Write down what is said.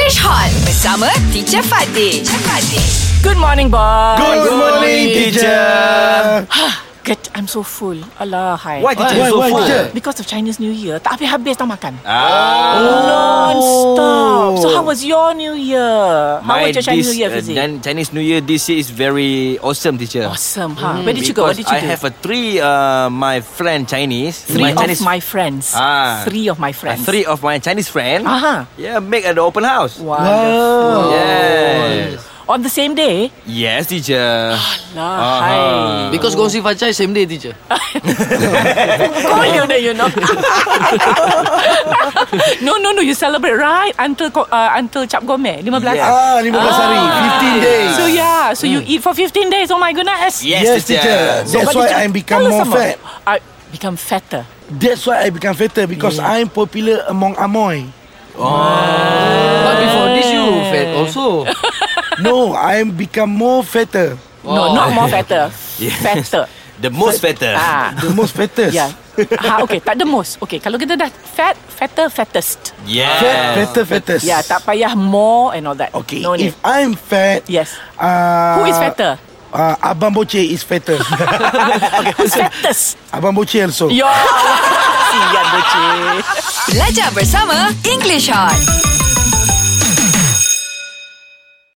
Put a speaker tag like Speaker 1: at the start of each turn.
Speaker 1: Fresh Hot bersama Teacher Fatih. Teacher Fatih.
Speaker 2: Good morning, boss.
Speaker 3: Good morning, teacher.
Speaker 2: Get, I'm so full. Alah, hai.
Speaker 3: Why, teacher, you so
Speaker 4: why,
Speaker 3: full?
Speaker 4: teacher?
Speaker 2: Because of Chinese New Year, tak habis-habis tau makan. Oh,
Speaker 3: Ah,
Speaker 2: Non-stop. So, how was your New Year? How
Speaker 3: my
Speaker 2: was your Chinese
Speaker 3: this,
Speaker 2: New Year,
Speaker 3: uh,
Speaker 2: Fizik?
Speaker 3: Chin- Chinese New Year this year is very awesome, teacher.
Speaker 2: awesome, huh? Where did you go? What
Speaker 3: Mm.
Speaker 2: did
Speaker 3: Because
Speaker 2: you
Speaker 3: I
Speaker 2: do?
Speaker 3: have a three uh, my friend Chinese.
Speaker 2: three
Speaker 3: my
Speaker 2: of
Speaker 3: Chinese,
Speaker 2: my friends.
Speaker 3: Ah.
Speaker 2: Three of my
Speaker 3: uh,
Speaker 2: friends. Ah.
Speaker 3: three of my Chinese friend.
Speaker 2: Aha.
Speaker 3: Yeah, make at the open house.
Speaker 2: Wonderful.
Speaker 4: Ah.
Speaker 3: Yes.
Speaker 2: On the same day? Ah,
Speaker 3: Yes, teacher.
Speaker 2: Lah,
Speaker 3: Aha.
Speaker 2: hai.
Speaker 4: Because kongsi fancai same day teacher.
Speaker 2: Call you there, you know. no, no, no. You celebrate right until co- uh, until Cap Gomeh, 15
Speaker 3: Yes.
Speaker 4: Ah, 15 hari, 15 days. Hmm.
Speaker 2: So yeah, so you eat for 15 days. Oh my goodness.
Speaker 3: Yes,
Speaker 4: Yes, teacher. That's why I become
Speaker 2: Tell us
Speaker 4: more
Speaker 2: some more.
Speaker 4: fat.
Speaker 2: I become fatter.
Speaker 4: That's why I become fatter because I'm popular among Amoy.
Speaker 5: But before this you fat also
Speaker 4: No, I'm become more fatter. Oh.
Speaker 2: No, not more fatter. Fatter.
Speaker 3: The most fatter.
Speaker 2: Ah.
Speaker 4: The most fattest.
Speaker 2: Yeah. Ha, okay, tak the most. Okay, kalau kita dah fat, fatter, fattest.
Speaker 3: Yes.
Speaker 4: Fat, fatter, fattest.
Speaker 2: Yeah, tak payah more and all that.
Speaker 4: Okay,
Speaker 2: No need.
Speaker 4: if I'm fat,
Speaker 2: Yes.
Speaker 4: uh,
Speaker 2: Who is fatter?
Speaker 4: Uh, Abang Boce is fatter.
Speaker 2: Who's fattest?
Speaker 4: Abang Boce also.
Speaker 2: Yo. Sian bocil.
Speaker 1: Belajar bersama English Hot.